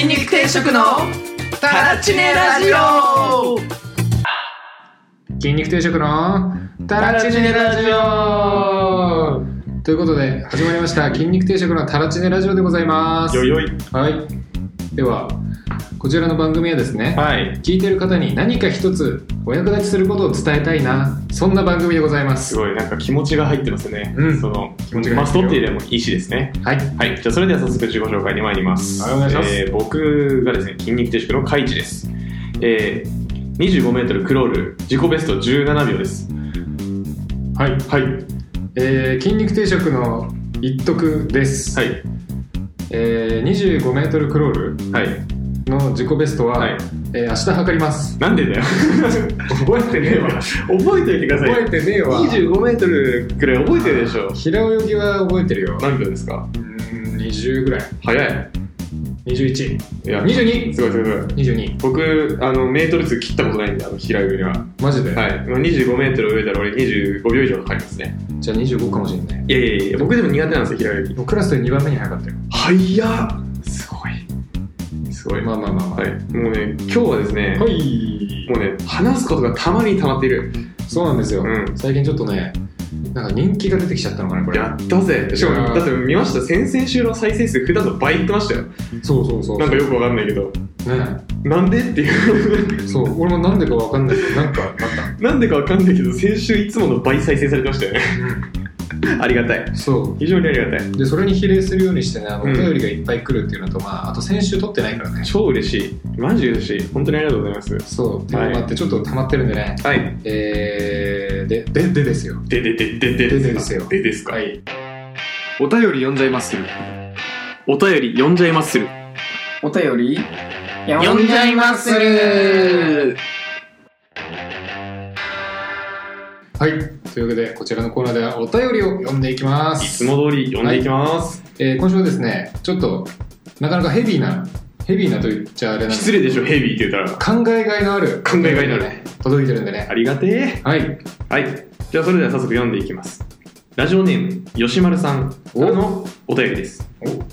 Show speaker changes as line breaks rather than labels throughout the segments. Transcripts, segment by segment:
食のタラチネラジオ
筋肉定食のタラチネラジオということで始まりました筋肉定食のタラチネラジオでございます
よいよい
はいではこちらの番組はですね、
はい
聞いてる方に何か一つお役立ちすることを伝えたいなそんな番組でございますす
ごいなんか気持ちが入ってますよね、
うん
その
気持ちが入ってるよ
マストっていうよりもいいしですね
はい
はいじゃあそれでは早速自己紹介に参ります
はいお願いします
えー僕がですね筋肉定食のカイチですえー、25m クロール自己ベスト17秒です
はい、
はい
えー筋肉定食の一徳です、
はい
えー、25メートルクロール
はい
の自己ベストは、
はい
えー明日測ります
なんでだよ
覚えてねえわ
覚えておいてくださいよ
覚えてねえわ
25メートルくらい覚えてるでしょ
平泳ぎは覚えてるよ
何秒ですか
うーん20ぐらい
早い
2122
いやすごいすごいすごい
22
僕あのメートル数切ったことないんであの平泳ぎは
マジで、
はいまあ25メートル泳いだら俺25秒以上かかりますね
じゃあ25かもしれない
いやいやいや僕でも苦手なんですよ平泳ぎ
クラスで2番目に早かったよ
早っすごいすごい
まあまあまあまあ
はいもうね今日はですね、
い
もうね話すことがたまに溜まっている
そうなんですよ、
うん
最近ちょっとねなんか人気が出てきちゃったのかなこれ
やったぜしか
いや
も
ー
だって見ました先々週の再生数普段の倍いってましたよ
そうそうそう
なんかよくわかんないけど
ね
なんでっていう
そう俺もなんでかわかんないけどなんかあった
なんでかわかんないけど先週いつもの倍再生されてましたよね ありがたい
そ
非常にありがたいう
でそれに比例するようにしてねあのお
うん
便りがいっぱい来るっていうのと、まああと先週撮ってないからね
超嬉しいマジ嬉しい本当にありがとうございます
そうっていうのもあってちょっと溜まってるんでね
はい
えー、でででですよ
ででででで
ででですよ
でですか
はい
お便り読んじゃいまするお便り読んじゃいまする
お便り
読んじゃいまする
はいというわけでこちらのコーナーではお便りを読んでいきま
い
す
つも通り読んでいきます
えー今週はですねちょっとなかなかヘビーなヘビーなと言っちゃあれなんです
失礼でしょヘビーって言ったら
考えがいのある
考えがいのある
ね届いてるんでね
ありがて
はい
えはいじゃあそれでは早速読んでいきますラジオネーム吉丸さんからのお便りです
おお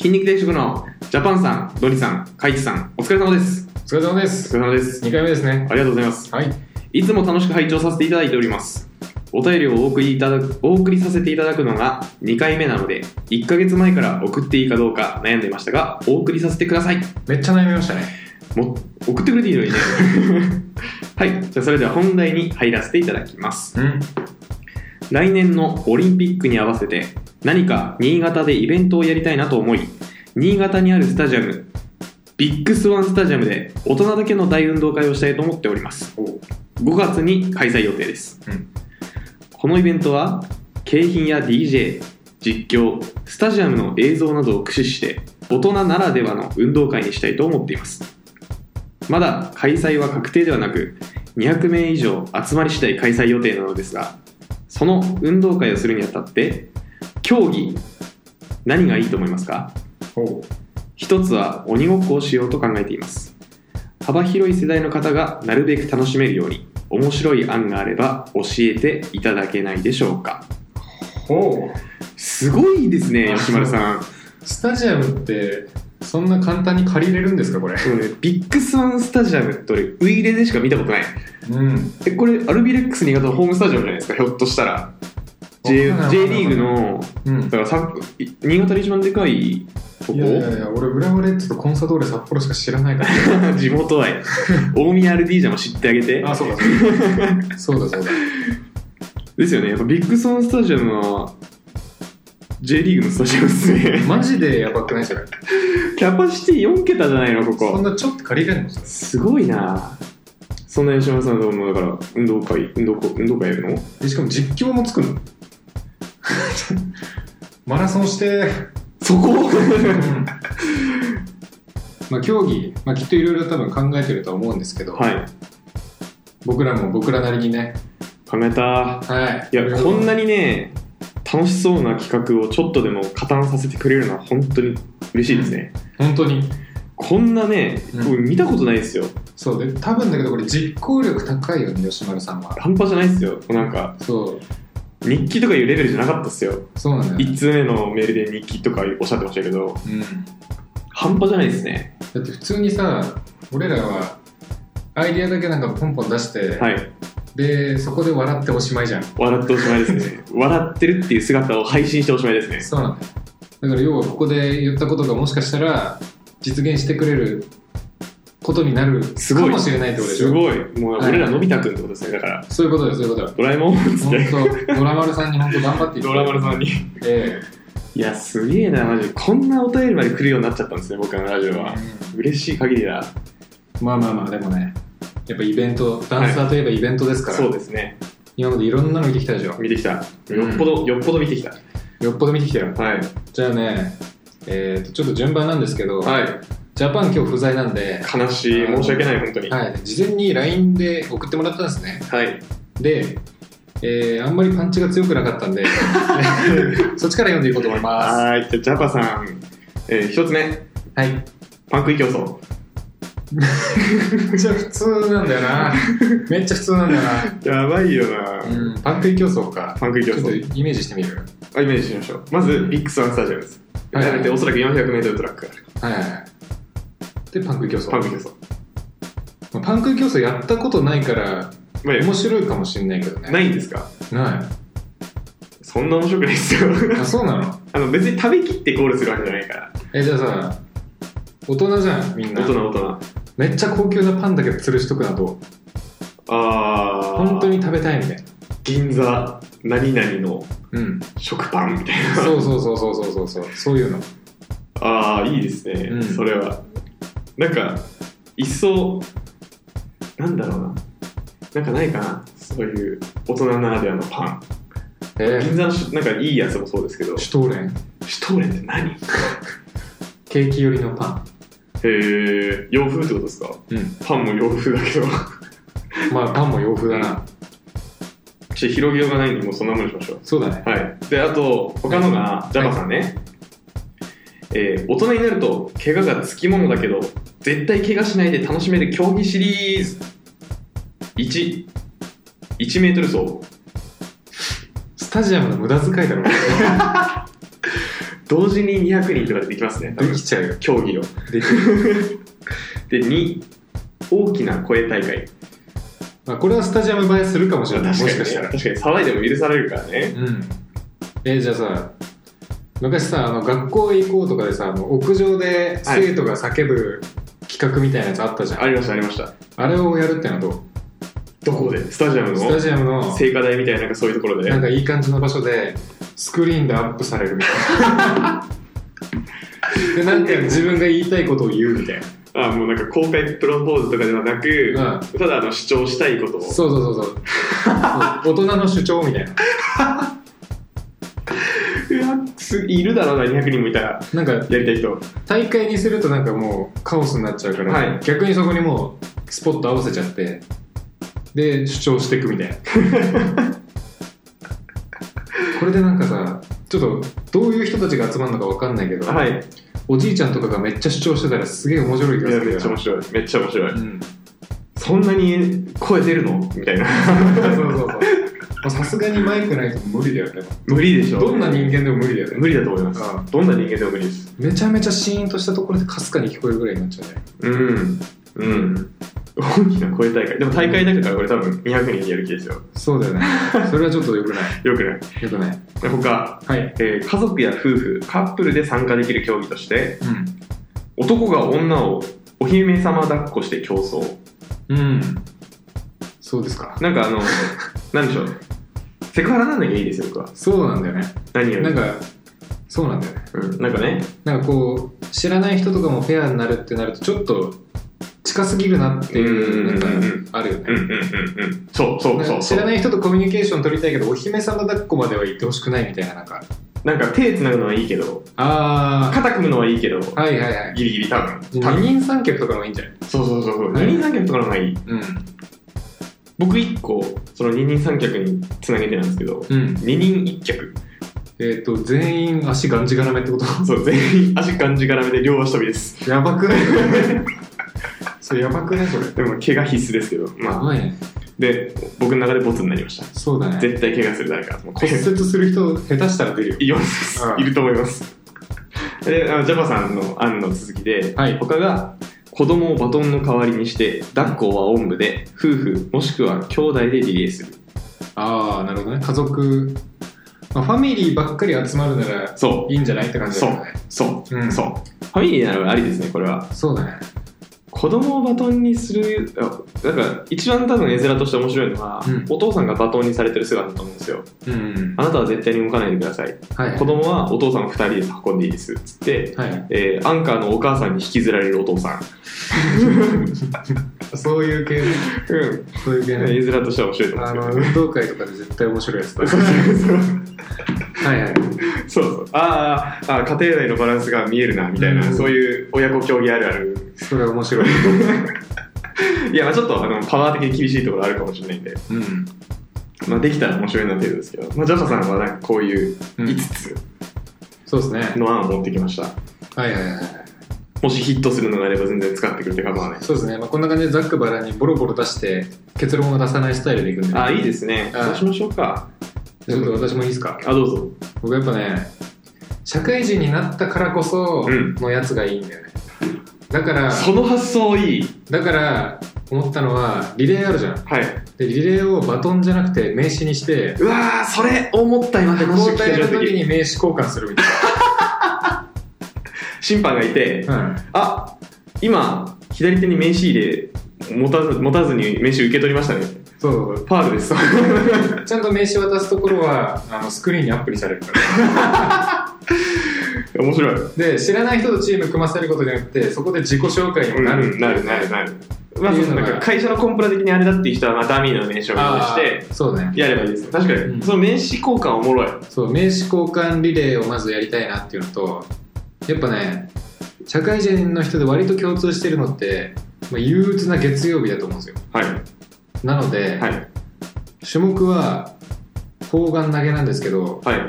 筋肉定食のジャパンさんドリさんカイチさんお疲れ様です
疲れ様で
お
す
疲れ様です
2回目ですね
ありがとうございます
はい
いつも楽しく拝聴させていただいております。お便りをお送りいただくお送りさせていただくのが2回目なので、1ヶ月前から送っていいかどうか悩んでいましたが、お送りさせてください。
めっちゃ悩みましたね
も送ってくれていいのにね。 はい。じゃあそれでは本題に入らせていただきます。
うん
来年のオリンピックに合わせて、何か新潟でイベントをやりたいなと思い、新潟にあるスタジアム、ビッグスワンスタジアムで大人だけの大運動会をしたいと思っております。5月に開催予定です、
うん
このイベントは景品や DJ 実況スタジアムの映像などを駆使して大人ならではの運動会にしたいと思っていますまだ開催は確定ではなく200名以上集まり次第開催予定なのですがその運動会をするにあたって競技何がいいと思いますか
お
一つは鬼ごっこをしようと考えています幅広い世代の方がなるべく楽しめるように面白い案があれば教えていただけないでしょうか
お
すごいですね吉丸さん
スタジアムってそんな簡単に借りれるんですか これ
でもねビッグスワンスタジアムって俺ウイイレでしか見たことない
うん
えこれアルビレックス新潟のホームスタジアムじゃないですかひょっとしたら J,
わかんない
J リーグの
うん
だからさ新潟で一番でかいと
い
こ
やいやいや俺浦和レッズとコンサドーレ札幌しか知らないから
地元 愛大宮 RD じゃんも知 ってあげて
あそうだそうだそうだそうだ
ですよねやっぱビッグソンスタジアムは J リーグのスタジアムで すね
マジでやばくないそれ
キャパシティ4桁じゃないのこ
そん
こ
なちょっと借りれるのそれ
すごいなそんな吉村さんどうもだから運動会運動運動会やるの
でしかも実況もつくの マラソンして、
そ こ
まあ競技、まあ、きっといろいろ多分考えてるとは思うんですけど、
はい
僕らも僕らなりにね
考えた
はい
いやこん
な
なにね楽しそうな企画をちょっとでも加担させてくれるのは本当に嬉しいですね、
本当に
こんなね、
うん
僕見たことないですよ
そうで多分だけどこれ実行力高いよね吉丸さんは
半端じゃないですよなんか
そう
日記とかいうレベルじゃなかったっすよ
そうなんだよ、
1通目のメールで日記とかおっしゃってましたけど
うん、
半端じゃないですね
だって普通にさ俺らはアイディアだけなんかポンポン出して、
はい
でそこで笑っておしまいじゃん
笑っておしまいです ね笑ってるっていう姿を配信しておしまいですね
そうなんだよだから要はここで言ったことがもしかしたら実現してくれることになる
すご
か
い
もしれないってことでしょ
すごいもう
はい
俺らのび太くんってことですねだから
そういうことよそういうことよ
ドラえもんっつって
本当ドラマルさんに本当頑張っていただいて
ドラマルさんに
え
いやすげえなマジでこんなお便りまで来るようになっちゃったんですね僕のラジ
え
オは嬉しい限りだ
まあまあまあでもねやっぱイベントダンサーといえばイベントですから、
そうですね
今までいろんなの見てきたでしょ
見てきた
うん
よっぽどよっぽど見てきた
よっぽど見てきたよ
はい
じゃあねえー、とちょっと順番なんですけど、
はい
ジャパン今日不在なんで、
悲しい申し訳ない本当に
はい、事前に LINE で送ってもらったんですね
はい
で、えーあんまりパンチが強くなかったん でそっちから読んでいこうと思います
はいじゃあジャパさんえー一つ目
はい
パン食い競争
めっちゃ普通なんだよな めっちゃ普通なんだよ
やばいよな、
な、うん、パン食い競争か
パン食い
ち
競
ょっと
争
イメージしてみる
あイメージしましょうまずビッグサンスタジアムです
はい
改めておそらく 400m トラックがある
はいはいはいでパン食い競争
パン食い競争
まあパン食い競争やったことないから
まあいいや
面白いかもしれないけどね
ないんですか
な
そんな面白くないですよ
いあそうなの
あの別に食べきってゴールするわけじゃないから
えじゃあさ大人じゃんみんな
大人大人
めっちゃ高級なパンだけ吊るしとくなと
あー
本当に食べたいみたいな
銀座何々の
うん
食パンみたいな
そうそうそうそうそうそうそうそういうの
ああいいですね、
うん
それはなんか一層なんだろうななんかないかなそういう大人ならではのパン
え
銀座のしなんかいいやつもそうですけど
ー、シュトーレン
シュトーレンって何へ
ケーキ寄りのパン
え洋風ってことですか
うん
パンも洋風だけど
まあパンも洋風だな
ちょっと広げようがないんでもうそんなもんにしましょう
そうだね
はいであと他のがジャパさんね、えー大人になると怪我がつきものだけど絶対怪我しないで楽しめる競技シリーズ11メートル走
スタジアムの無駄遣い だろ
同時に200人とかでできますね多
で
分
きちゃうよ
競技を
できる、
で2大きな声大会
まあ、これはスタジアム映えするかもしれないもしかしたら
確かに騒いでも許されるからね
うんえーじゃあさ昔さあの学校へ行こうとかでさあの屋上で生徒が叫ぶ企画みたいなやつあったじゃん、
ありましたありました
あれをやるってのはどう
どこでスタジアム
スタ
の
ジアムの
聖火台みたいななんかそういうところで
なんかいい感じの場所でスクリーンでアップされるみたい なでなんか自分が言いたいことを言うみたいな
あもうなんか公開プロポーズとかではなく、
う
ただあの主張したいことを
そうそうそうそう大人の主張みたいな。
うわすいるだろうな200人もいたら
なんか
やりたい人は
大会にするとなんかもうカオスになっちゃうから、
はい
逆にそこにもうスポット合わせちゃってで主張していくみたい なこれでなんかさちょっとどういう人たちが集まるのか分かんないけど、
いい
おじいちゃんとかがめっちゃ主張してたらすげえ面白い気がす
や
る
めっ
よ
ちゃ面白いめっちゃ面白い、
うん、
そんなに声出るのみたいな
そうそうそうまあさすがにマイクないと無理だよね
無理でしょ
どんな人間でも無理だよね
無理だと思います
ああ
どんな人間でも無理です
めちゃめちゃシーンとしたところでかすかに聞こえるぐらいになっちゃうね
うんうん大きな声大会でも大会だからこれ多分200人やる気ですよ
そうだよね それはちょっとよくない
よくない
よくない
で他、
はい、
えー家族や夫婦カップルで参加できる競技として
うん
男が女をお姫様抱っこして競争
うん。そうですか。
なんかあのなんでしょうセクハラなんだけどいいですよ僕は
そうなんだよね。
何より
なんか、そうなんだよね。
うん、なんかね
なんかこう、知らない人とかもフェアになるってなると、ちょっと近すぎるなっていう、
うん
なんか、あるよ
うん
ね。
うんうんうんそうそう
な
そ
んか
う
知
そう
らない人とコミュニケーション取りたいけど、お姫様抱っこまでは行ってほしくないみたいな、なんか。
なんか手つなぐのはいいけど
あ
肩組むのはいいけど
ー、はいはいはい。
ギリギリ多分
二
多分
人三脚とかの方がいいんじゃない
そうそうそうそう
は
二
い
人三脚とかの方がいい
うん。
僕一個その二人三脚につなげてなんですけど
うん。
二人一脚
えっ、と、全員足がんじがらめってこと
そう全員足感じがらめで両足飛びです
やばくない それやばくねそれ。
でも怪我必須ですけど
や
まあ
ばいね。
で僕の中でボツになりました
そうだね。
絶対怪我する誰かもう
骨折する人下手したら出るよ
います
うん
いると思いますであのジャパさんの案の続きで、
はい
他が子供をバトンの代わりにして抱っこはおんぶで夫婦もしくは兄弟でリレーする
ああなるほどね家族、まあ、ファミリーばっかり集まるなら
そ
いいんじゃないって感
う
じ
そ
だ
う
ね
そう、
うん
そうファミリーならありですねこれは
そうだね
子供をバトンにするあなんか一番多分絵面として面白いのは、
うん
お父さんがバトンにされてる姿だと思うんですよ
うん
あなたは絶対に動かないでください
はい
子供はお父さんを2人で運んでいいですっつって、
はい
えーアンカーのお母さんに引きずられるお父さん、
そういう系
うん、
そういう系ね
絵面としては面白いと思
あ
うんで
の
すよ
運動会とかで絶対面白いやつだ
そうそう
はいはい
そうそうあーあー家庭内のバランスが見えるなみたいな、
うん
そういう親子競技あるある
それは面白い
いやまあちょっとあのパワー的に厳しいところあるかもしれないんで、
うん、
まあ、できたら面白いな程度ですけど、まあ、ジャパさんはなんかこういう
うん
5、つ
そうですね
の案を持ってきました、
はいはいはい
もしヒットするのであれば全然使ってくれて構わない
そうですね、まあ、こんな感じでざっくばらんにボロボロ出して結論を出さないスタイルでいくんで
あーいいですね
あー
そうしましょうか
ちょっと私もいいですか
あどうぞ
僕やっぱね社会人になったからこそ
うん
のやつがいいんだよね、だから
その発想いい
だから思ったのはリレーあるじゃん
はい
でリレーをバトンじゃなくて名刺にして
うわーそれ思った今
で
話聞
交
いて
代の時
る時
に名刺交換するみたい
審判がいて、
な、うん、
あ今左手に名刺入れ持たず持たずに名刺受け取りましたね
そうそうそう
ファール です
ちゃんと名刺渡すところはあのスクリーンにアップにされるから
面白い
で知らない人とチーム組ませることじゃなくてそこで自己紹介にもなる、
なるなるなるまあ
って
そ
いう
う
の
な
が
んか会社のコンプラ的にあれだっていう人はまあダミーの名刺を用意
あ
して
ーそうね
やればいいですね確かに、
うん
その名刺交換おもろい
そう名刺交換リレーをまずやりたいなっていうのとやっぱね社会人の人で割と共通してるのって、まあ、憂鬱な月曜日だと思うんですよ
はい
なので、
はい
種目は砲丸投げなんですけど
はい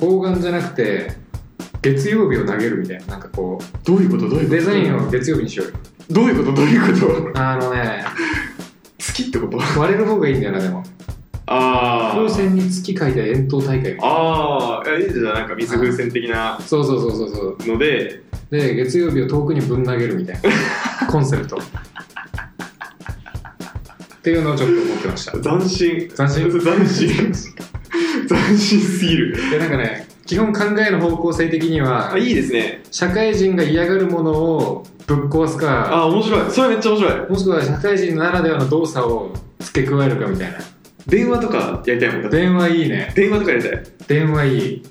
砲丸じゃなくて月曜日を投げるみたいななんかこ
どういうことどういううこと
デザインを月曜日にしようよ
どういうことどういうこと
あのね
好きってこと
割れる方がいいんだよなでも
あ
風船に月書いた円筒大会
ああいいじゃんなんか水風船的な
そうそうそうそうそう
ので
で月曜日を遠くにぶん投げるみたい なコンセプトっていうのをちょっと思ってました
斬新
斬新
斬新斬新すぎる
でなんかね基本考えの方向性的には
あいいですね
社会人が嫌がるものをぶっ壊すか
あ面白いそれめっちゃ面白い
もしくは社会人ならではの動作を付け加えるかみたいな
電話とかやりたいもんだって
電話いいね
電話とかやりたい
電話いい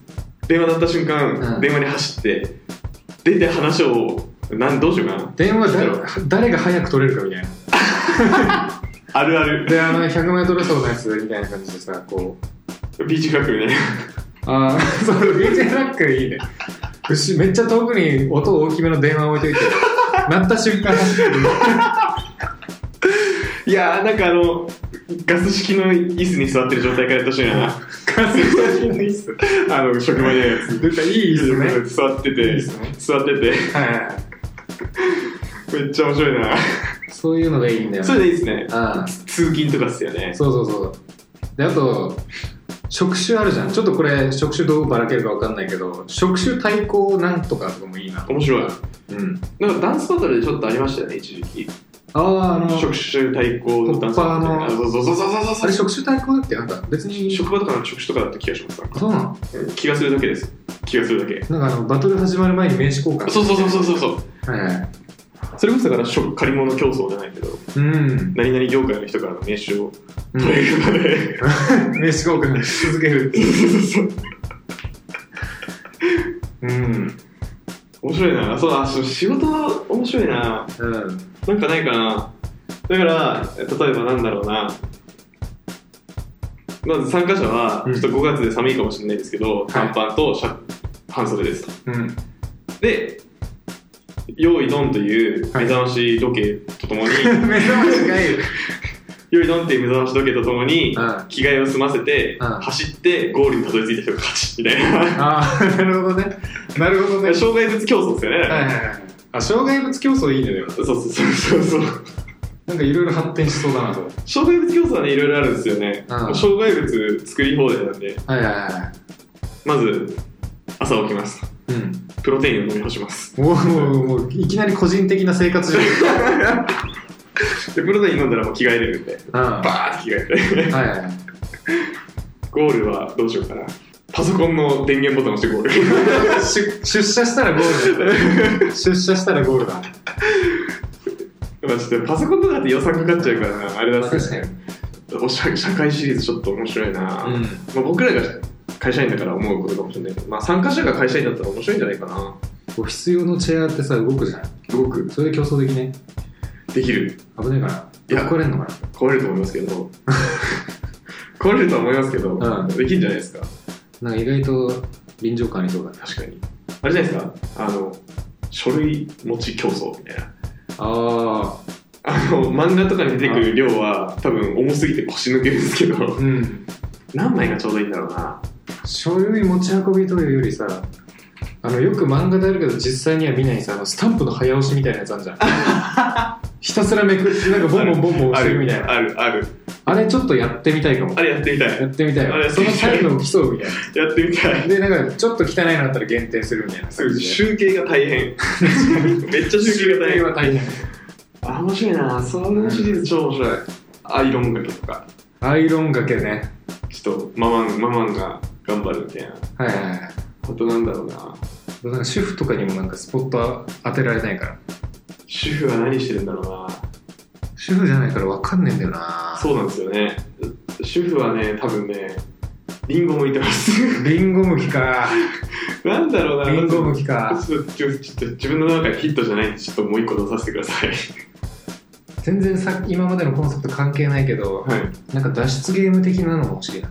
電話鳴った瞬間、
うん
電話に走って出て話をなんどうしようかな
電話だ誰が早く取れるかみたいな
あるある
であの 100m 走のやつみたいな感じでさこう
ビーチクラックみたいな
ああ そう DJ ラックいいね牛めっちゃ遠くに音大きめの電話置いといて鳴った瞬間走ってくる
いやーなんかあのガス式の椅子に座ってる状態からやったしいな
完成写真の椅子
あの職場でやつ
出たいい椅子ね
座って
いい
て
っすね
座ってて
はいはいはい
めっちゃ面白いな
そういうのがいいんだよ
それでいいですね
ああ
通勤とかっすよね
そうそうそうであと職種あるじゃんちょっとこれ職種どうばらけるかわかんないけど職種対抗なんとかとかもいいな
面白い
うん
なんかダンスバトルでちょっとありましたよね一時期
あああの
職種対抗のダンスバトルみたいな
ホ
そうそうそうそうそう
あれ職種対抗だっけなんか別に
職場とかの職種とかだった気がしますなんか
そうなの
気がするだけです気がするだけ
なんかあのバトル始まる前に名刺交換
そうそうそうそうそうそう
うはいはい
それこそだから職借り物競争じゃないけど
うん
何々業界の人からの名刺を
うん
取れるので、
名刺交換し続け る
そうそうそう
うん
面白いなそうあそう仕事面白いな
うん
なんかないかなだから例えばなんだろうなまず参加者は
うん
ちょっと5月で寒いかもしれないですけど、短パンとシャ半袖ですと
うん
で用意ドンという目覚まし時計とともに、
目覚ましがいい
用意ドンっていう目覚まし時計とともに
あ
着替えを済ませて、
うん
走ってゴールにたどり着いた人が勝ちみた いな
あーなるほどねなるほどねはい
障害物競争ですよね、
はいはいあ障害物競争いいねでも
そうそうそうそうそう
なんかいろいろ発展しそうだなと
障害物競争はねいろいろあるんですよね、
うん
障害物作り放題なんで
はいはいは
まず朝起きます
いうん
プロテインを飲み干します
おーもういきなり個人的な生活情報
でプロテイン飲んだらもう着替えれるんで
あ
バーって着替えて
あはいはい
ゴールはどうしようかなパソコンの電源ボタン押してゴール
出出社したらゴール だ出社したらゴールだ
まあちょっとパソコンとかって予算かかっちゃうからなあれだっ
確か
て
に
お社社会シリーズちょっと面白いな、
うん
まあ、僕らが会社員だから思うことかもしれないけど、まあ、参加者が会社員だったら面白いんじゃないかな
オフィス用のチェアってさ動くじゃん
動く
それで競争できね
できる
危ないか
いや
な壊れんのかな
壊れると思いますけど 壊れるとは思いますけど、
うん
できるんじゃないですか
なんか意外と臨場感ありそうだね
確かにあれじゃないですかあの書類持ち競争みたいな
あ
あの漫画とかに出てくる量は多分重すぎて腰抜けですけ
あ
ど
うん
何枚がちょうどいいんだろうな
書類持ち運びというよりさあのよく漫画であるけど実際には見ないさあのスタンプの早押しみたいなやつあるじ ゃんひたすらめくってなんかボンボンボンボン押してるみたいなあ
あるある
れちょっとやってみたいかも
あれやってみたい
やってみたい
あ
わ
れ
そのサインを競うみたいな
やってみたい
でなんかちょっと汚いのあったら減点するみたいな感じで
集計が大変めっちゃ集計が大変
は大変
あ面白いなそのシリーズ超面白いアイロンかけとか
アイロンがけね
ちょっとママンママンが頑張るみたいな
はいはいはい
あとなんだろうな
なんか主婦とかにもなんかスポット当てられないから
主婦は何してるんだろうな
主婦じゃないから分かんねえんだよな
そうなんですよね主婦はね多分ねリンゴ剥いてます
リンゴ向きか
なんだろうな
リンゴ向きか
ちょっとちょっとちょっと自分の中でヒットじゃないんでちょっともう一個出させてください
全然さ今までのコンセプト関係ないけど
はい
なんか脱出ゲーム的なのも欲しいな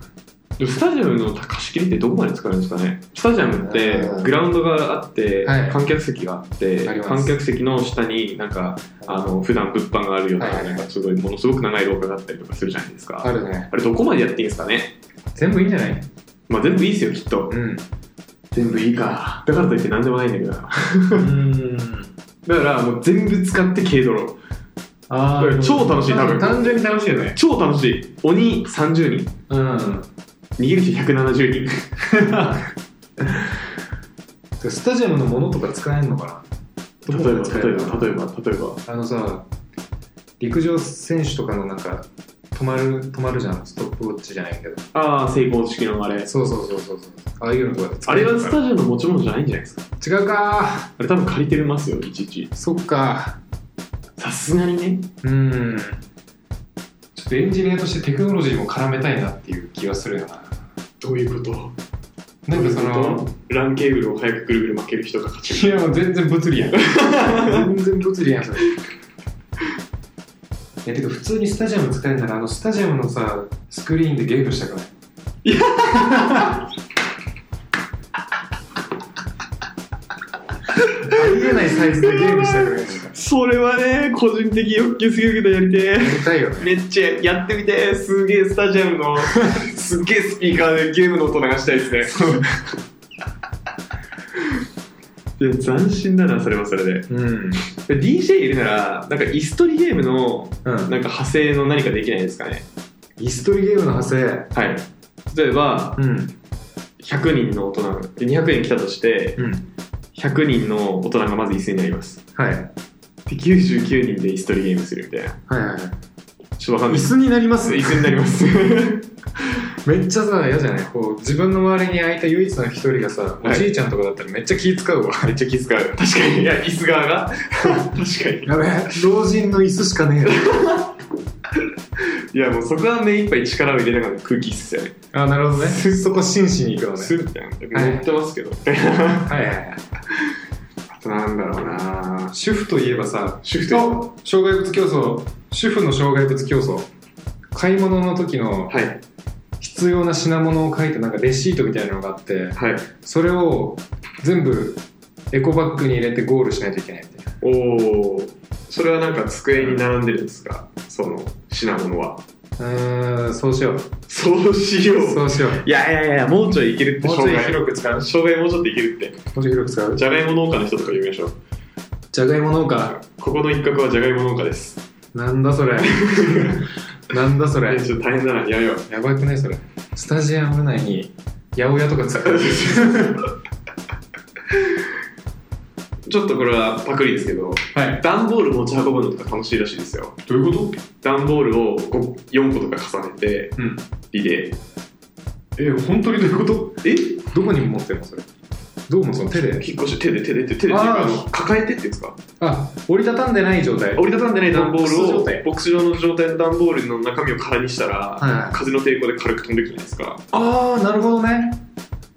でもスタジアムの貸し切りってどこまで使えるんですかねスタジアムって
うん
グラウンドがあって、
はい
観客席があって
あります
観客席の下になんかあの普段物販があるような,、
はいはいはい
なんかすごいものすごく長い廊下があったりとかするじゃないですか
あるね
あれどこまでやっていいんですかね
全部いいんじゃない
まあ全部いいですよきっと
うん
全部いいかだからといって何でもないんだけどな
うん
だからもう全部使って軽泥
あー
超楽しい多分
単純に楽しいよね
超楽しい鬼30人
うん
逃げる人170人
スタジアムのものとか使えんのかな
例えば
どこまで使
例え
るのかな
ば例えば例えば
あのさ陸上選手とかのなんか止まる止まるじゃんストップウォッチじゃないけど
ああ成功式のあれ
そうそうそうそうそうああいうのとかで使
あ
え
れ
る
は
の
ス
かな
タジアムの持ち物じゃないんじゃないですか
違うか
あれ多分借りてますよいちいち
そっか
さすがにね
うんちょっとエンジニアとしてテクノロジーも絡めたいなっていう気はするよな
どういうこと
なんかその
ランケーブルを早くぐるぐる巻ける人が勝ち
いやもう全然物理 やん全然物理やんそれいやけど普通にスタジアム使えるならあのスタジアムのさスクリーンでゲームしたくないありえないサイズでゲームしたくない
それはね個人的欲求すぎるけどやりてえ
見たいよね
めっちゃやってみてえすげえスタジアム のすっげえスピーカーでゲームの音流したいですねいや斬新だなそれはそれで
うん
で DJ いるならなんか椅子取りゲームの
うん
なんか派生の何かできないですかね
椅子取りゲームの派生
はい例えば
うん
100人の大人200人来たとして
うん
100人の大人がまず椅子になります
はいはい
で99人で椅子取りゲームするみたいな
はいはい
ちょっとわか
椅
んない
子になります
椅子になります
めっちゃさ嫌じゃないこう自分の周りに空いた唯一の一人がさ、
い
おじいちゃんとかだったらめっちゃ気使うわ
めっちゃ気遣う確かにいや椅子側が確かに
やべえ老人の椅子しかね え
いやもうそこは目いっぱい力を入れながら空気椅子ですよね
あなるほどねそこ真摯に行くのね
スーみたいな乗ってますけど、
はいはいはい
あとなんだろうな
主婦といえばさ
主婦と
と障害物競争主婦の障害物競争買い物の時の
はい
必要な品物を書いたなんかレシートみたいなのがあって
はい
それを全部エコバッグに入れてゴールしないといけないみたいな
おおそれはなんか机に並んでるんですかその品物は
うーんそうしよう
そうしよ
そうしよう
いやいやいやもうちょいいけるって
もうちょい
障害
広く使う
障害もうちょっといけるって
もうちょい広く使う
じゃがいも農家の人とか呼びましょう
じゃがいも農家
ここの一角はじゃがいも農家です
なんだそ れなんだそれ
ちょっと大変だなやめよう
やばくないそれスタジアム内に八百屋とか使う
ちょっとこれはパクリですけど
はい
段ボール持ち運ぶのとか楽しいらしいですよ
どういうこと
段ボールをこう4個とか重ねて
うん
リレー
え本当にどういうこと
え
どこに持ってるのそれどうもその手で
引っ越し手で手で手で手でっていう
あ
かあ
ー
の抱えてっていうんですか
あ折りたたんでない状態
折りたたんでない段ボ
ボ
ール
ックス状
を
態
ボックス状の状態の段ボールの中身を空にしたら、
はいはい
風の抵抗で軽く飛んでくるじゃないですか
ああなるほどね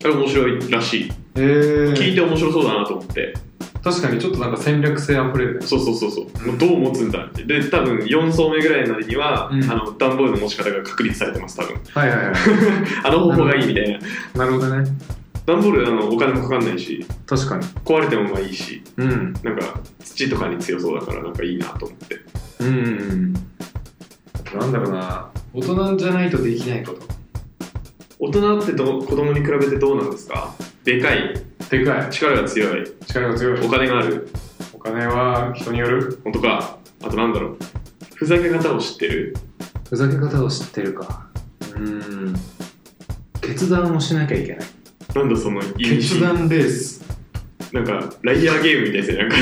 あれ面白いらしい、
え
聞いて面白そうだなと思って
確かにちょっとなんか戦略性あふれるね
そうそうそうそうもうどう持つんだってで多分4層目ぐらいまでには、
うん
あの段ボールの持ち方が確立されてます多分
はいはいはい
あの方法がいいみたい な
なるほどね
段ボールあのお金もかかんないし
確かに
壊れてもまあいいし
うん
なんか土とかに強そうだからなんかいいなと思って
うんなんだろうな大人じゃないとできないこと
大人ってどう子供に比べてどうなんですかでかい
でか
力が強い
い力が強
お
い
金がある
お金は人による
本当かあとなんだろうふざけ方を知ってる
ふざけ方を知ってるかうん決断をしなきゃいけない
なんだその意味
決断レース
なんかライアーゲームみたいですねなんか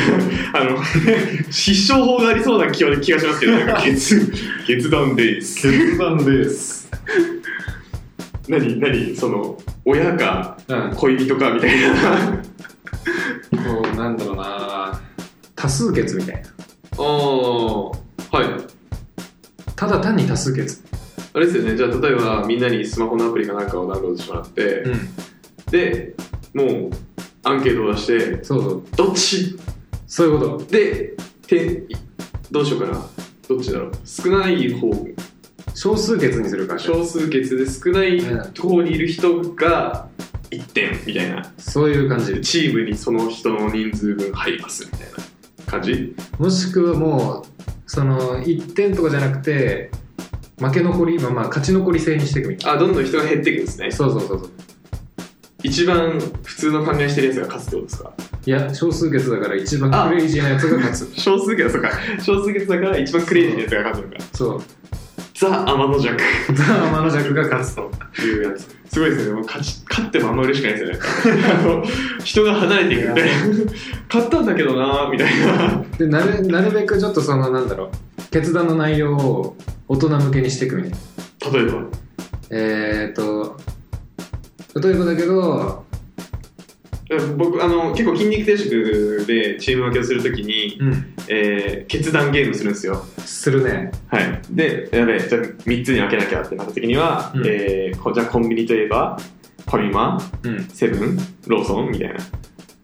あの 必勝法がありそうな気は気がしますけどなんか決決断です
決断レース
何何その親か
うん
恋人かみたいな
こうなんだろうな多数決みたいな
ああはい
ただ単に多数決
あれですよねじゃあ例えばみんなにスマホのアプリかなんかをダウンロードしてもらって、
ん
でもうアンケートを出して
そうそう
どっち
そういうこと
でてどうしようかなどっちだろう少ない方
少数決にするから
少数決で少ないところにいる人が1点みたいな
そういう感じ
チームにその人の人数分入りますみたいな感じ
もしくはもうその1点とかじゃなくて負け残り、まあ、まあ勝ち残り制にしていくみたい
あどんどん人が減っていくんですね
なそうそうそうそう
一番普通の考えしてるやつが勝つってことですか
いや少数決だから一番
あ
クレイジーなやつが勝つ
少数決だか少数決だから一番クレイジーなやつが勝つのか
そう
ザ・天の弱
ザ・天の弱が勝つというやつ
すごいですねもう勝ち勝ってもあんま嬉しくないですよねあの人が離れていくみたいな勝ったんだけどなみたいな
でなるなるべくちょっとそのなんだろう決断の内容を大人向けにしていくみたいな
例えば
えー、っと例えばだけど
僕あの結構筋肉定食でチーム分けをするときに、
うん
えー決断ゲームするんですよ
するね
はいでやべえじゃあ3つに分けなきゃってなった時には、
うん
えーこじゃあコンビニといえばファミマ
うん
セブンローソンみたいな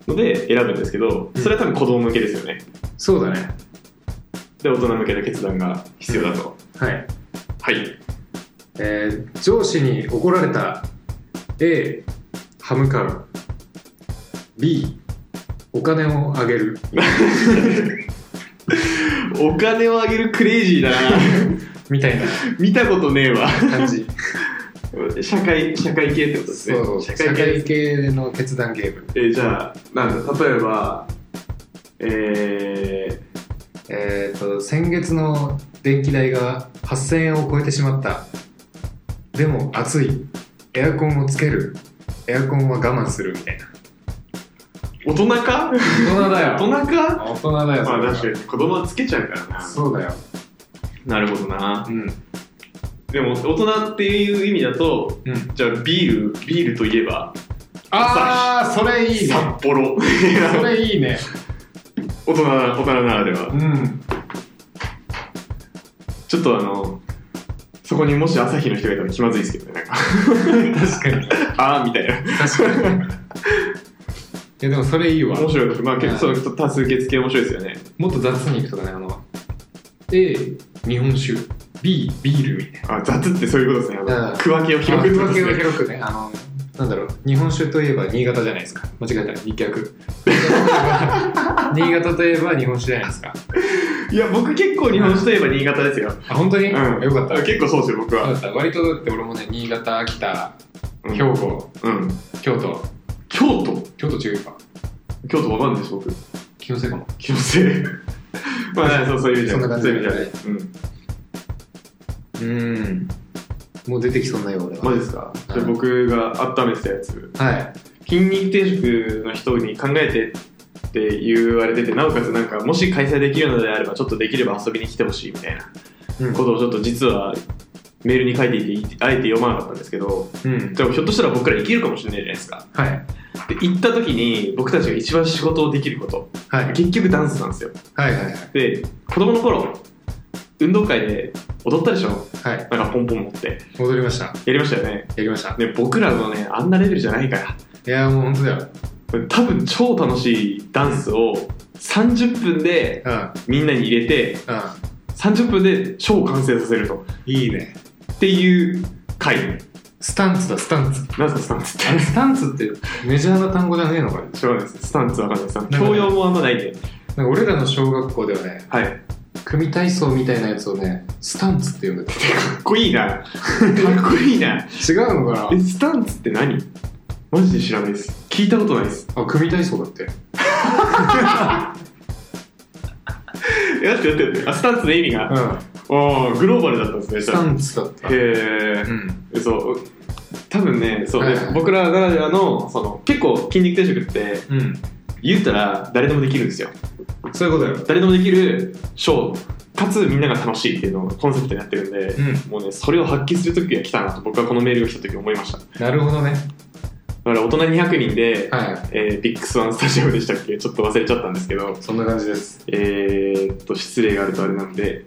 ので選ぶんですけどそれは多分子供向けですよね
そうだね
で大人向けの決断が必要だと、
はい
はい
えー上司に怒られた A 歯向かう B お金をあげる
お金をあげるクレイジーだな
みたいな
見たことねえわ
感じ
社会社会系ってことですね
そう社
社
会
会系です
系の決断ゲーム、
えーじゃあなんだ例えばえー、
えー、と先月の電気代が8000円を超えてしまったでも暑いエアコンをつけるエアコンは我慢するみたいな
大人か
大人だよ
大人か
大人だよ
ま
そ
あ
れは
確かに子供はつけちゃうからな
そうだよ
なるほどな
うん
でも大人っていう意味だと
うん
じゃあビールビールといえば
ああそれいいね
札幌
それいいね
大人大人ならでは
うん
ちょっとあのそこにもし朝日の人がいたら気まずいですけどねなんか
確かに
ああみたいな
確かにいやでもそれいいわ
面白いまあ結構
う
その多数決系面白いですよね
もっと雑にいくとかねあの A 日本酒 B ビールみたい
あ雑ってそういうことですねあ
う
の
ん
区分けを
な
広くってことです
を
ね
広くねあのなんだろう日本酒といえば新潟じゃないですか間違えたら逆新潟といえば日本酒じゃないですか
いや僕結構日本酒といえば新潟ですよ
あ本当に、
うん
よかった
結構そうですよ僕
そう
は
だった割とだって俺もね新潟秋田
うん
兵庫
うん
京都
京都
京都中華
京都わかんないです僕
気のせいかも
気のせい まあそうそういう意味じゃ
そんな感じ
そういう意味じゃうん
うんもう出てきそうなよ俺は、
マジですかじゃあ
うん
僕が温めてたやつ
はい
筋肉定食の人に考えてってって言われててなおかつなんかもし開催できるのであればちょっとできれば遊びに来てほしいみたいな
うん
ことをちょっと実はメールに書いていてあえて読まなかったんですけど
うん
じゃあひょっとしたら僕ら行けるかもしれないじゃないですか
はい
で行った時に僕たちが一番仕事をできること
はい
結局ダンスなんですよ
はいはい
で子供の頃運動会で踊ったでしょ
はいはい
なんかポンポン持って
戻りました
やりましたよね
やりました
で僕らのねあんなレベルじゃないから
いやーもう本当だよ
多分超楽しいダンスを30分で
うん
みんなに入れて
う
30分でショーを完成させると
んいいね
っていう回
スタンツだスタンツ
なんすかスタンツっ
あ れスタンツってメジャーな単語じゃねえのかね
てしょうがないですスタンツわかんないです
か
教養もあんまないんで
なんか俺らの小学校ではね
はいか
組体操みたいなやつをねスタンツって呼んでた
っこいい なかっこいいな
違うのか
えスタンツって何マジで知らないです聞いたことないです
なあ組体操だって
えやってやってやってあスタンツの意味が、あ
う
あグローバルだったんですね
んスタンツだった
へえ
うん
そう多分ねそう、
はいはい
僕らならではのその結構筋肉定食って
うん
言ったら誰でもできるんですよ
そういうことよ
誰でもできるショーかつみんなが楽しいっていうのをコンセプトになってるんで、
うん
もうねそれを発揮する時が来たなと僕はこのメールが来た時思いましただ
なるほどね
から大人200人で、
はい
えービッグスワンスタジアムでしたっけちょっと忘れちゃったんですけど
そんな感じです
えー、っと失礼があるとあれなんで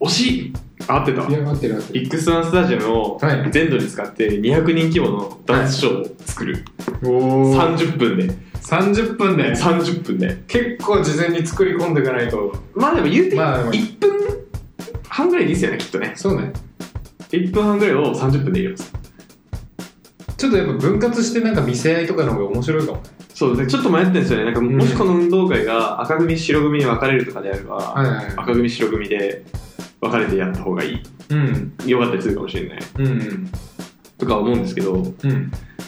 惜しいあ合ってた
いや待ってる待ってる
ビッグスワンスタジアムを
はい
全土に使って200人規模のダンスショーを作る、
おー
30分で
30分で
30分で
結構事前に作り込んでいかないと
まあでも言うて
まあ
1分半ぐらいでいいですよねきっとね
そうね
1分半ぐらいを30分で入れます
ちょっとやっぱ分割してなんか見せ合いとかの方が面白いかもね
そうでちょっと迷ってるんですよねなんか
ん
もしこの運動会が赤組白組に分かれるとかであれば、
はいはいはい
赤組白組で分かれてやった方がい
うん
いよかったりするかもしれない
うんうん
とか思うんですけど
うん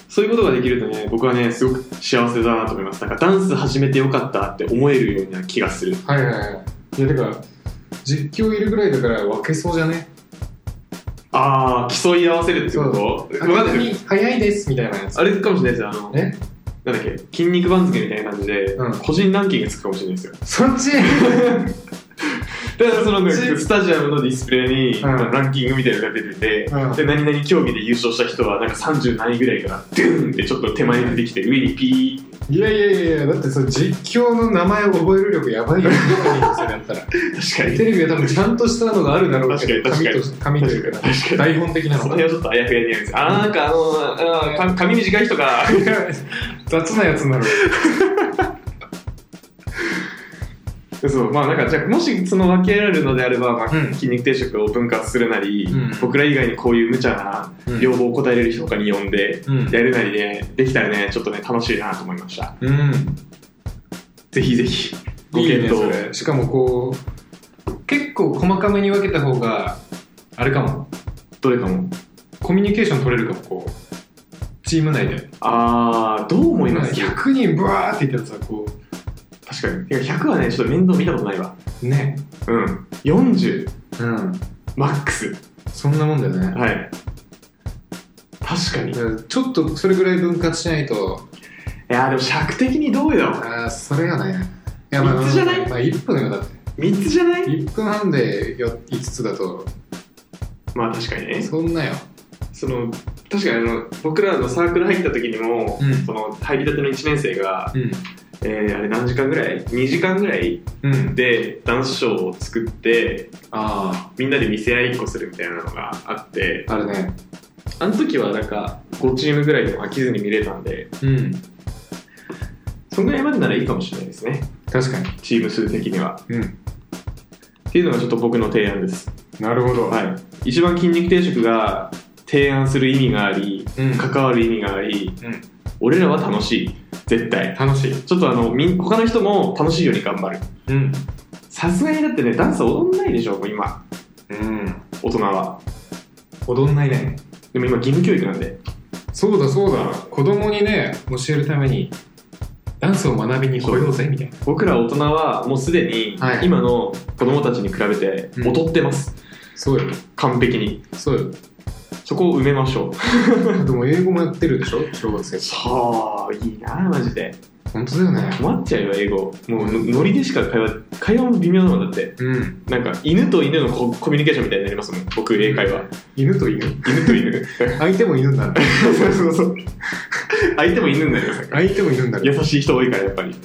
そういうことができるとね僕はねすごく幸せだなと思いますなんかダンス始めてよかったって思えるような気がする
はいはいはいいやだから実況いるぐらいだから分けそうじゃね
ああ競い合わせるってこと
明
分かんな
ら
い
に早いですみたいなやつ
あれかもしれないですよあの
え
なんだっけ筋肉番付みたいな感じで、
うん
個人ランキングつくかもしれないですよ
そっち
だからその
そっち
スタジアムのディスプレイに、
うん
ランキングみたいなのが出てて、
うん
で何々競技で優勝した人はなんか30何位ぐらいからドゥーンってちょっと手前に出てきて上にピー
いやいやいやいやだってその実況の名前を覚える力やばいよそれやったら
確かに
テレビは多分ちゃんとしたのがあるだろうけど
確か
紙
に
と紙というか
確かに
台本的な
そ
の
の
が
辺はちょっとあやふやにやるんですあーなんかあのーあーか髪短い人か
雑なやつになる
そうまあなんかじゃあもしその分けられるのであれば、まあ
うん
筋肉定食を分割するなり、
うん
僕ら以外にこういう無茶な
うん
要望を答えれる人とかに呼んで、
うん
やるなりねできたらねちょっとね楽しいなと思いました
うん
ぜひぜひご
いい
検
ね
討
それしかもこう結構細かめに分けた方があれかも
どれかも
コミュニケーション取れるかもこうチーム内で
あーどう思います100
100人ブワーっていったらさこ
確かにいや100はねちょっと面倒見たことないわ
うね
うん40
うん
マックス
そんなもんだよね
はい確かにい
だからちょっとそれぐらい分割しないと
やーでも尺的にどうよ
ああそれがねいや
三つじゃない
まあ1分よだって
3つじゃない
1分半でよ5つだと
まあ確かにね
そんなよ
その確かにあの僕らのサークル入った時にも、
うん
その入りたての1年生が、
うん
えーあれ何時間ぐらい2時間ぐらい
うん
でダンスショーを作って
あ
みんなで見せ合いっこするみたいなのがあって
ああるね
あの時はなんか5チームぐらいでも飽きずに見れたんで
うん
そんぐらいまでならいいかもしれないですね
確かに
チーム数的には
うん
っていうのがちょっと僕の提案です、
なるほど
はい、一番筋肉定食が提案する意味があり、
うん
関わる意味があり
うん
俺らは楽しい絶対
楽しい
ちょっとあのみん他の人も楽しいように頑張る
うん
さすがにだってねダンス踊んないでしょもう今
うん
大人は
踊んないね
でも今義務教育なんで
そうだそうだ子供にね教えるためにダンスを学びに来ようぜみたいな
僕ら大人はもうすでに
はい
今の子供たちに比べて
うん
劣ってます、
そうよ
完璧に
そうよ
そこを埋めましょう
でも英語もやってるでしょ小学生
そういいなマジで
本当だよね
困っちゃうよ英語もうのノリでしか会話会話も微妙なもんだって
うん
なんか犬と犬のココミュニケーションみたいになりますもん僕英会話
犬と犬
犬と 犬
相手も犬に なる
そうそうそう相手も犬になります
相手も犬になる
優しい人多いからやっぱり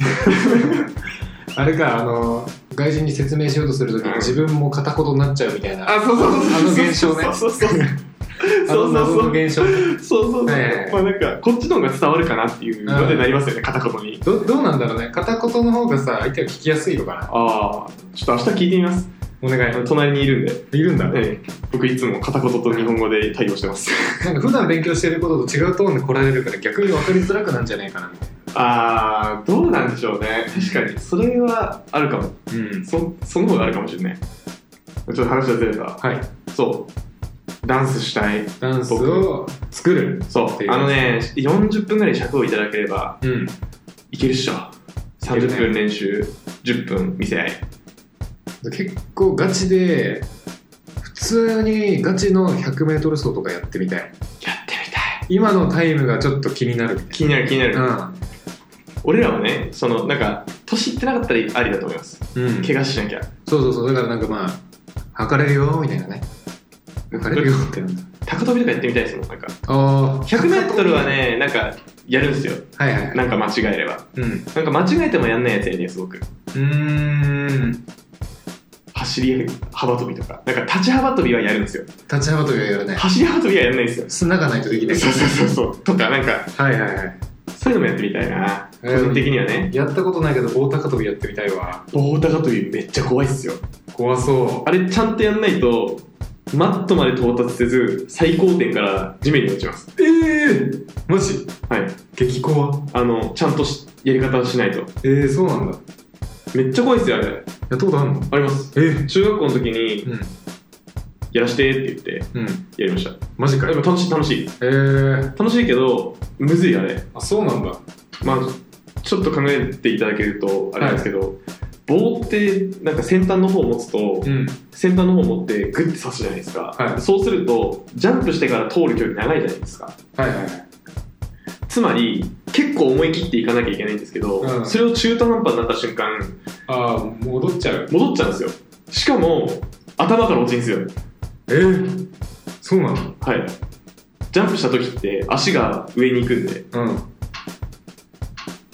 あれかあの外人に説明しようとするとき
うん
自分も片言になっちゃうみたいな
あそうそうそう
あの現象ね
そうそうそ
あ
うそ
の
うそう
謎
そ
の
う
現象
そうそうそう、
はいはいはい
まあなんかこっちの方が伝わるかなっていうのでなりますよね、片言に
どどうなんだろうね片言の方がさ相手が聞きやすいのかな
ああちょっと明日聞いてみます
お願い
隣にいるんで、
いるんだね
ええ僕いつも片言と日本語で対応してます
なんか普段勉強してることと違うトーンで来られるから逆に分かりづらくなんじゃないかなみたい
ああどうなんでしょうね確かにそれはあるかも
なうん
そその方があるかもしれないちょっと話がずれた
はい
そうダンスしたい
ダンスを作る
そうあのね40分ぐらい尺をいただければ
うん
いけるっしょ
けるね
30分練習10分見せ合い
結構ガチで普通にガチの 100m 走とかやってみたい
やってみたい
今のタイムがちょっと気になるみたい
気になる気になる、
な
俺らはねそのなんか年いってなかったらありだと思います
うん、うん、
怪我しなきゃ
そうそうそうだからなんかまあ測れるよみたいなね測れるよってなんだ
高跳びとかやってみたいですもんなんか
ああ
100m はねなんかやるんですよ
はいはい
なんか間違えれば
うんう
なんか間違えてもやんないやつやりねすごく
ーん
走り幅跳びとかなんか立ち幅跳びはやるんですよ
立ち幅跳びはやらない
走り幅跳びはやんないんですよ
砂がないとできない
そうそうそうそうとかなんか
はいはいはい
そういうのもやってみたいな個
うん
人的にはね
やったことないけど棒高跳びやってみたいわ
棒高跳びめっちゃ怖いっすよ
怖そ
あれちゃんとやんないとマットまで到達せず最高点から地面に落ちます
うええマジ
はい
激怖
あのちゃんとしやり方をしないと
えー、そうなんだや
めっちゃ怖いっすよあれ
ったことあんの
あります
え
中学校の時に
うん
やらしてって言って
うん
やりました
マジか
で
よ
も楽しい楽しい
えー、
楽しいけどむずいあれ
あそうなんだ
まあちょっと考えていただけるとあれなんですけど、棒ってなんか先端の方を持つと
うん
先端の方を持ってグッて刺すじゃないですか、
はい
そうするとジャンプしてから通る距離長いじゃないですか
はいはいはい
つまり結構思い切っていかなきゃいけないんですけど、
うん
それを中途半端になった瞬間
ああ戻っちゃう
戻っちゃうんですよしかも頭から落ちるんですよ
えー、そうなの
はいジャンプした時って足が上に行くんで
うん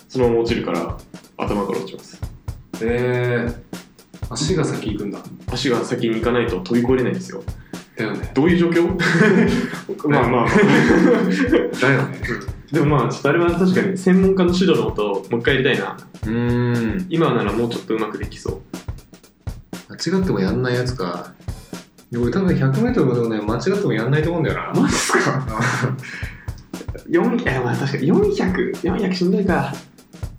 そのまま落ちるから頭から落ちます
えー、足が先行くんだ
足が先に行かないと飛び越えれないんですよ
だよね
どういう状況 まあまあ
だよね
でもまあちょっとあれは確かに専門家の指導のことをもう一回やりたいな
うーん
今ならもうちょっとうまくできそう
間違ってもやんないやつかいや俺多分 100m もでもね間違ってもやんないと思うんだよな
マジっすか4いやまあ確かに400400しんどいか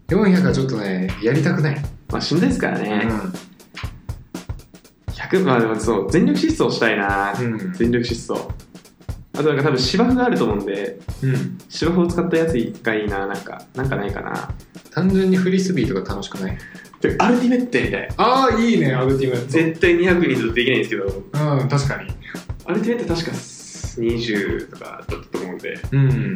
400はちょっとねやりたくない、
まあしんどいですからね、100まあでもそう全力疾走したい
う
な、
ん
全力疾走あとなんか多分芝生があると思うんで
うん、
芝生を使ったやつがいいななんかなんかないかな
単純にフリスビーとか楽しくない
てかアルティメットやりたい
ああいいねアルティメッ
絶対200人ずっとできないんですけど
うん確かに
アルティメット確か20とかだったと思うんで
うん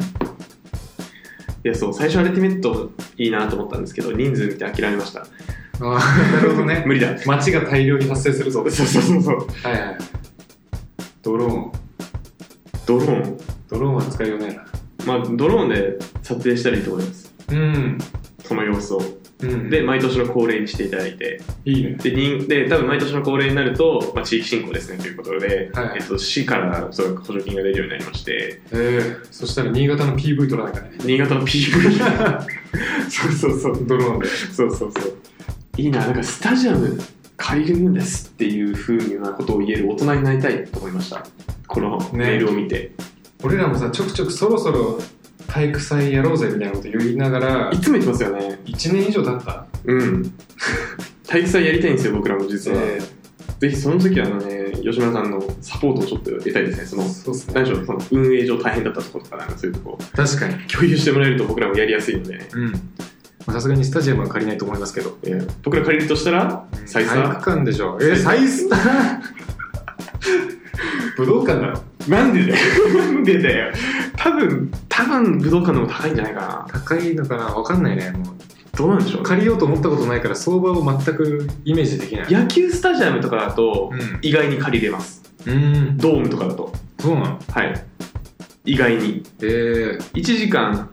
いやそう最初アルティメットいいなと思ったんですけど人数見て諦めました
ああなるほど ね
無理だ
街が大量に発生するぞ
そうそうそうそう
はいはいドローン
ドローン
ドローンは使いようないな
まあドローンで撮影したらいいと思います
うん
その様子を
うん
で毎年の恒例にしていただいて
いいね
で人で多分毎年の恒例になると、まあ、地域振興ですねということで、
はい
えっと、市からそう補助金が出るようになりまして
えー、そしたら新潟の PV 撮らなきゃね
新潟 の PV そうそうそう
ドローンで
そうそうそういいななんかスタジアム借りるんですっていうふうなことを言える大人になりたいと思いましたこのメールを見て、
俺らもさちょくちょくそろそろ体育祭やろうぜみたいなこと言いながら
いつも言ってますよね
1年以上経った、
うん体育祭やりたいんですよ僕らも実は、
え
ぜひその時はあのね吉村さんのサポートをちょっと得たいですねその
ーそうっす
何
ね
でしょうその運営上大変だったところとかなんかそういうとこ
確かに
共有してもらえると僕らもやりやすいので、
うんまあさすがにスタジアムは借りないと思いますけど
えー僕ら借りるとしたら再
体育
三
館でしょえサイスター 武道館だろ
なんでだよなんでだよ多分多分武道館の方が高いんじゃないかな
高いのかなわかんないねもう
どうなんでしょうね
借りようと思ったことないから相場を全くイメージできない
野球スタジアムとかだと
う
意外に借りれます
んうん
ドームとかだと
そうなの
はい意外に
えー、
1時間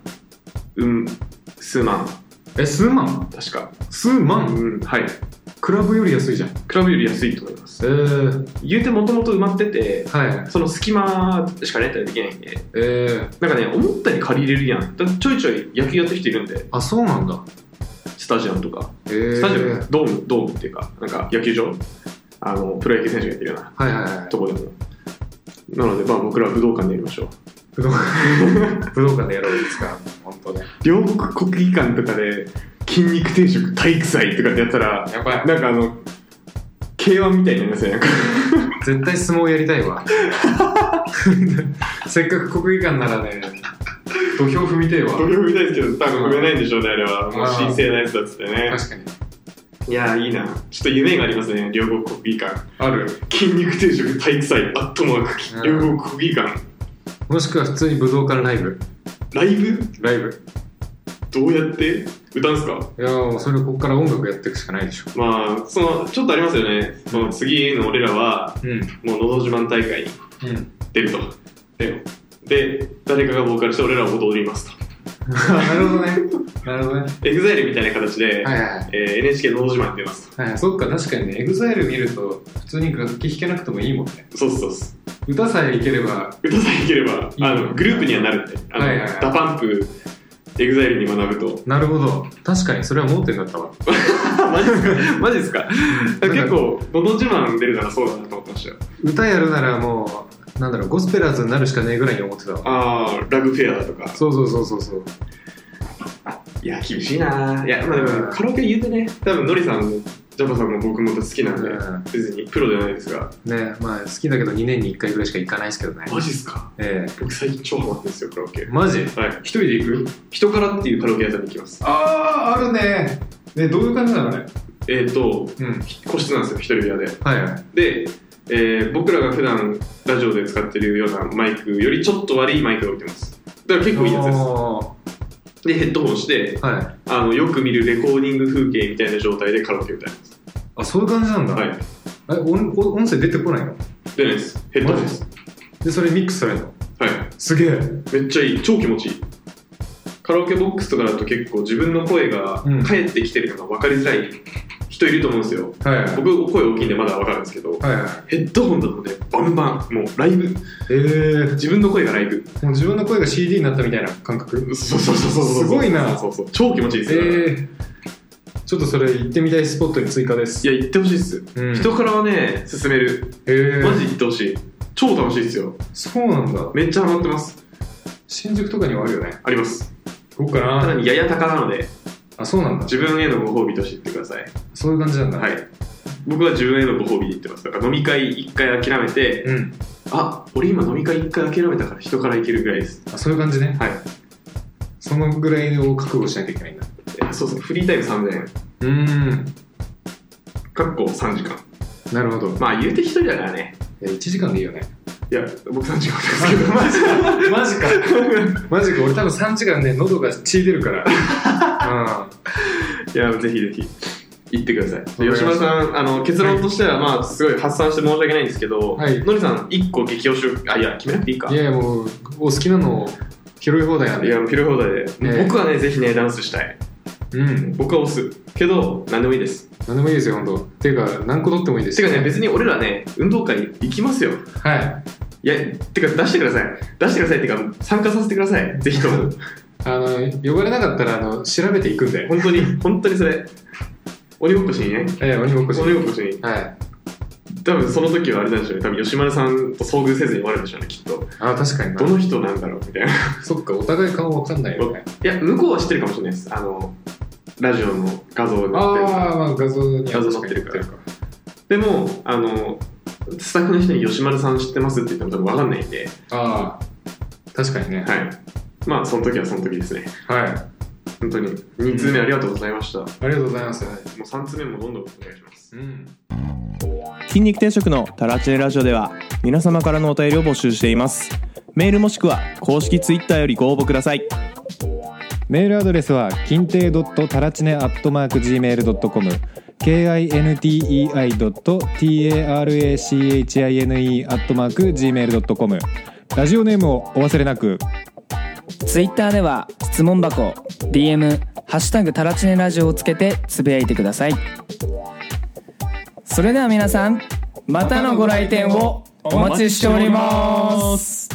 うん数万
え数万
確か
数万
うんはい
クラブより安いじゃんえ
クラブより安いと思います
ー、
言うてもともと埋まってて
はい
その隙間しかレンタルできないんで
えー、
なんかね思ったより借りれるやんだちょいちょい野球やってる人いるんで
あそうなんだ
スタジアムとか
えー、
スタジアム、ドームドームっていうかなんか野球場あのプロ野球選手がやってるような
はいはいはい
とこでもなのでまあ僕らは武道館でやりましょう
武道館 武道館でやろうですか本当ね
両国国技館とかで筋肉定食体育祭とかってやったら
やばい
なんかあの K1 みたいになりますよなんか
絶対相撲やりたい わせっかく国技館ならね土俵踏みてえわ
土俵みたいですけど多分踏めないんでしょうねあれはもう神聖なやつだっつってね
確かに
いやーいいなちょっと夢がありますね両国国技館
ある
筋肉定食体育祭アットマー
うん
ク両国国技館
もしくは普通に武道館ライブ
ライブ
ライブ
どうやって歌うんすか
いやもうそれここから音楽やっていくしかないでしょ
まあそのちょっとありますよねその次の俺らは
うん
もう「のど自慢」大会に
うん
出るとでで誰かがボーカルして俺らは踊りますと
なるほどねなるほどね
エグザイルみたいな形で、
はいはいはい
えー NHK のど自慢に出ます
はい、そっか確かにね EXILE 見ると普通に楽器弾けなくてもいいもんね
とそうそうそう
歌さえいければ
歌さえいければ
いいね
あのグループにはなるんであの、
はいはいはい
ダパンプエグザイルに学ぶと
なるほど確かにそれは盲点だったわ
マジです かマジですか
うん
結構「のど自慢」出るならそうだなと思ってましたよ
歌やるならもうなんだろうゴスペラーズになるしかねえぐらいに思ってたわ
ああラグフェアだとか
そうそうそうそうそう
いや厳しいないやまあでもカラオケ言うてね多分ノリさんもジャパさんも僕も好きなんで、
うん
別にプロじゃないですが
ねまあ好きだけど2年に1回ぐらいしか行かないですけどね
マジっすか
ええ
僕最近超ハマってんですよカラオケはい
マジ一人で行く
人からっていうカラオケ屋さんに行きます
あああるねねどういう感じなのね
えっ、ー、と
うん
個室なんですよ一人部屋で
はいはい
で、えー僕らが普段ラジオで使ってるようなマイクよりちょっと悪いマイクが置いてますだから結構いいやつです
お
でヘッドホンして
ーはい
あのよく見るレコーディング風景みたいな状態でカラオケ歌います
あそういう感じなんだ、
はい
え音音音声出てこないの
出ないですヘッドホンです
でそれミックスされるの
はい
すげえ
めっちゃいい超気持ちいいカラオケボックスとかだと結構自分の声が
うん
返ってきてるのが分かりづらい人いると思うんですよ、
はいはい
僕声大きいんでまだ分かるんですけ
は
ど、
いはい
ヘッドホンだとねバンバンもうライブ
えー、
自分の声がライブ
もう自分の声が CD になったみたいな感覚
そうそうそうそうそう
すごいな
そうそうそう超気持ちいい
え
ですよ、
ー、ちょっとそれ行ってみたいスポットに追加です
いや行ってほしいっす、
うん
人からはね勧める
えー、
マジ行ってほしい超楽しいっすよ
そうなんだ
めっちゃハマってます
新宿とかにはあるよね
あります
行こうか
さら
な
にやや高なので
あそうなんだ
自分へのご褒美として言ってください
そういう感じなんだ
はい僕は自分へのご褒美で言ってますだから飲み会一回諦めて、
うん
あ俺今飲み会一回諦めたから人から行けるぐらいです
あそういう感じね
はい
そのぐらいを覚悟しないといけないんだ
えそうそうフリータイム3000円
うーん
かっこ3時間
なるほど
まあ言うて一人だからね
いや1時間でいいよね
いや僕3時間ですけど
ジか マジか マジか俺多分3時間ね喉が血出るから うん
いや、ぜひぜひ。行ってくださ
り
い。
まし
吉
た
村さん、あの結論としては、まあ、すごい発散して申し訳ないんですけど、
はい
のりさん、一個激推し、あ、いや、決めなくていいか。
いやいやもうお好きなのを拾い放題なん
い
で
や、ピル放題で、
ね
僕はね、ぜひね、ダンスしたい。
うん
僕は押す。けど、何でもいいです。
何でもいいですよ本当ていうか何個取ってもいいです
て
よ
かね、別に俺らね、運動会行きますよ。
はい
いや、てか、出してください。出してください。っていうか、参加させてください。ぜひとも。
あの呼ばれなかったらあの調べていくんで
本当に、本当にそれ。鬼ごっこしにね。
ええ鬼ごっこし
鬼ごっこしに。
はい
多分その時はあれなんでしょうね。多分吉丸さんと遭遇せずに終わるんでしょうね、きっと。
あ確かに
ど
な
の人なんだろうみたいな。
そっかお互い顔わかんないよね
いや、向こうは知ってるかもしれないです。あの、ラジオの画像
あ
が載ってる
あまあ画像に
画像載ってるからでも、あの、スタッフの人に吉丸さん知ってますって言っても多分わかんないんで、
ああ確かにね
はい。まあ、その時はその時ですね。
はい、
本当に。2通目ありがとうございました。も
ありがとうございます、
う3通目もどんどんお願いします。
うん
筋肉定食のタラチネラジオでは皆様からのお便りを募集していますメールもしくは公式ツイッターよりご応募ください
メールアドレスは金亭ドットタラチネアットマーク gmail.com kintei.tarachine アットマーク gmail.com ラジオネームをお忘れなく
ツイッターでは質問箱 DM「ハッシュタグタラチネラジオ」をつけてつぶやいてくださいそれでは皆さんまたのご来店をお待ちしております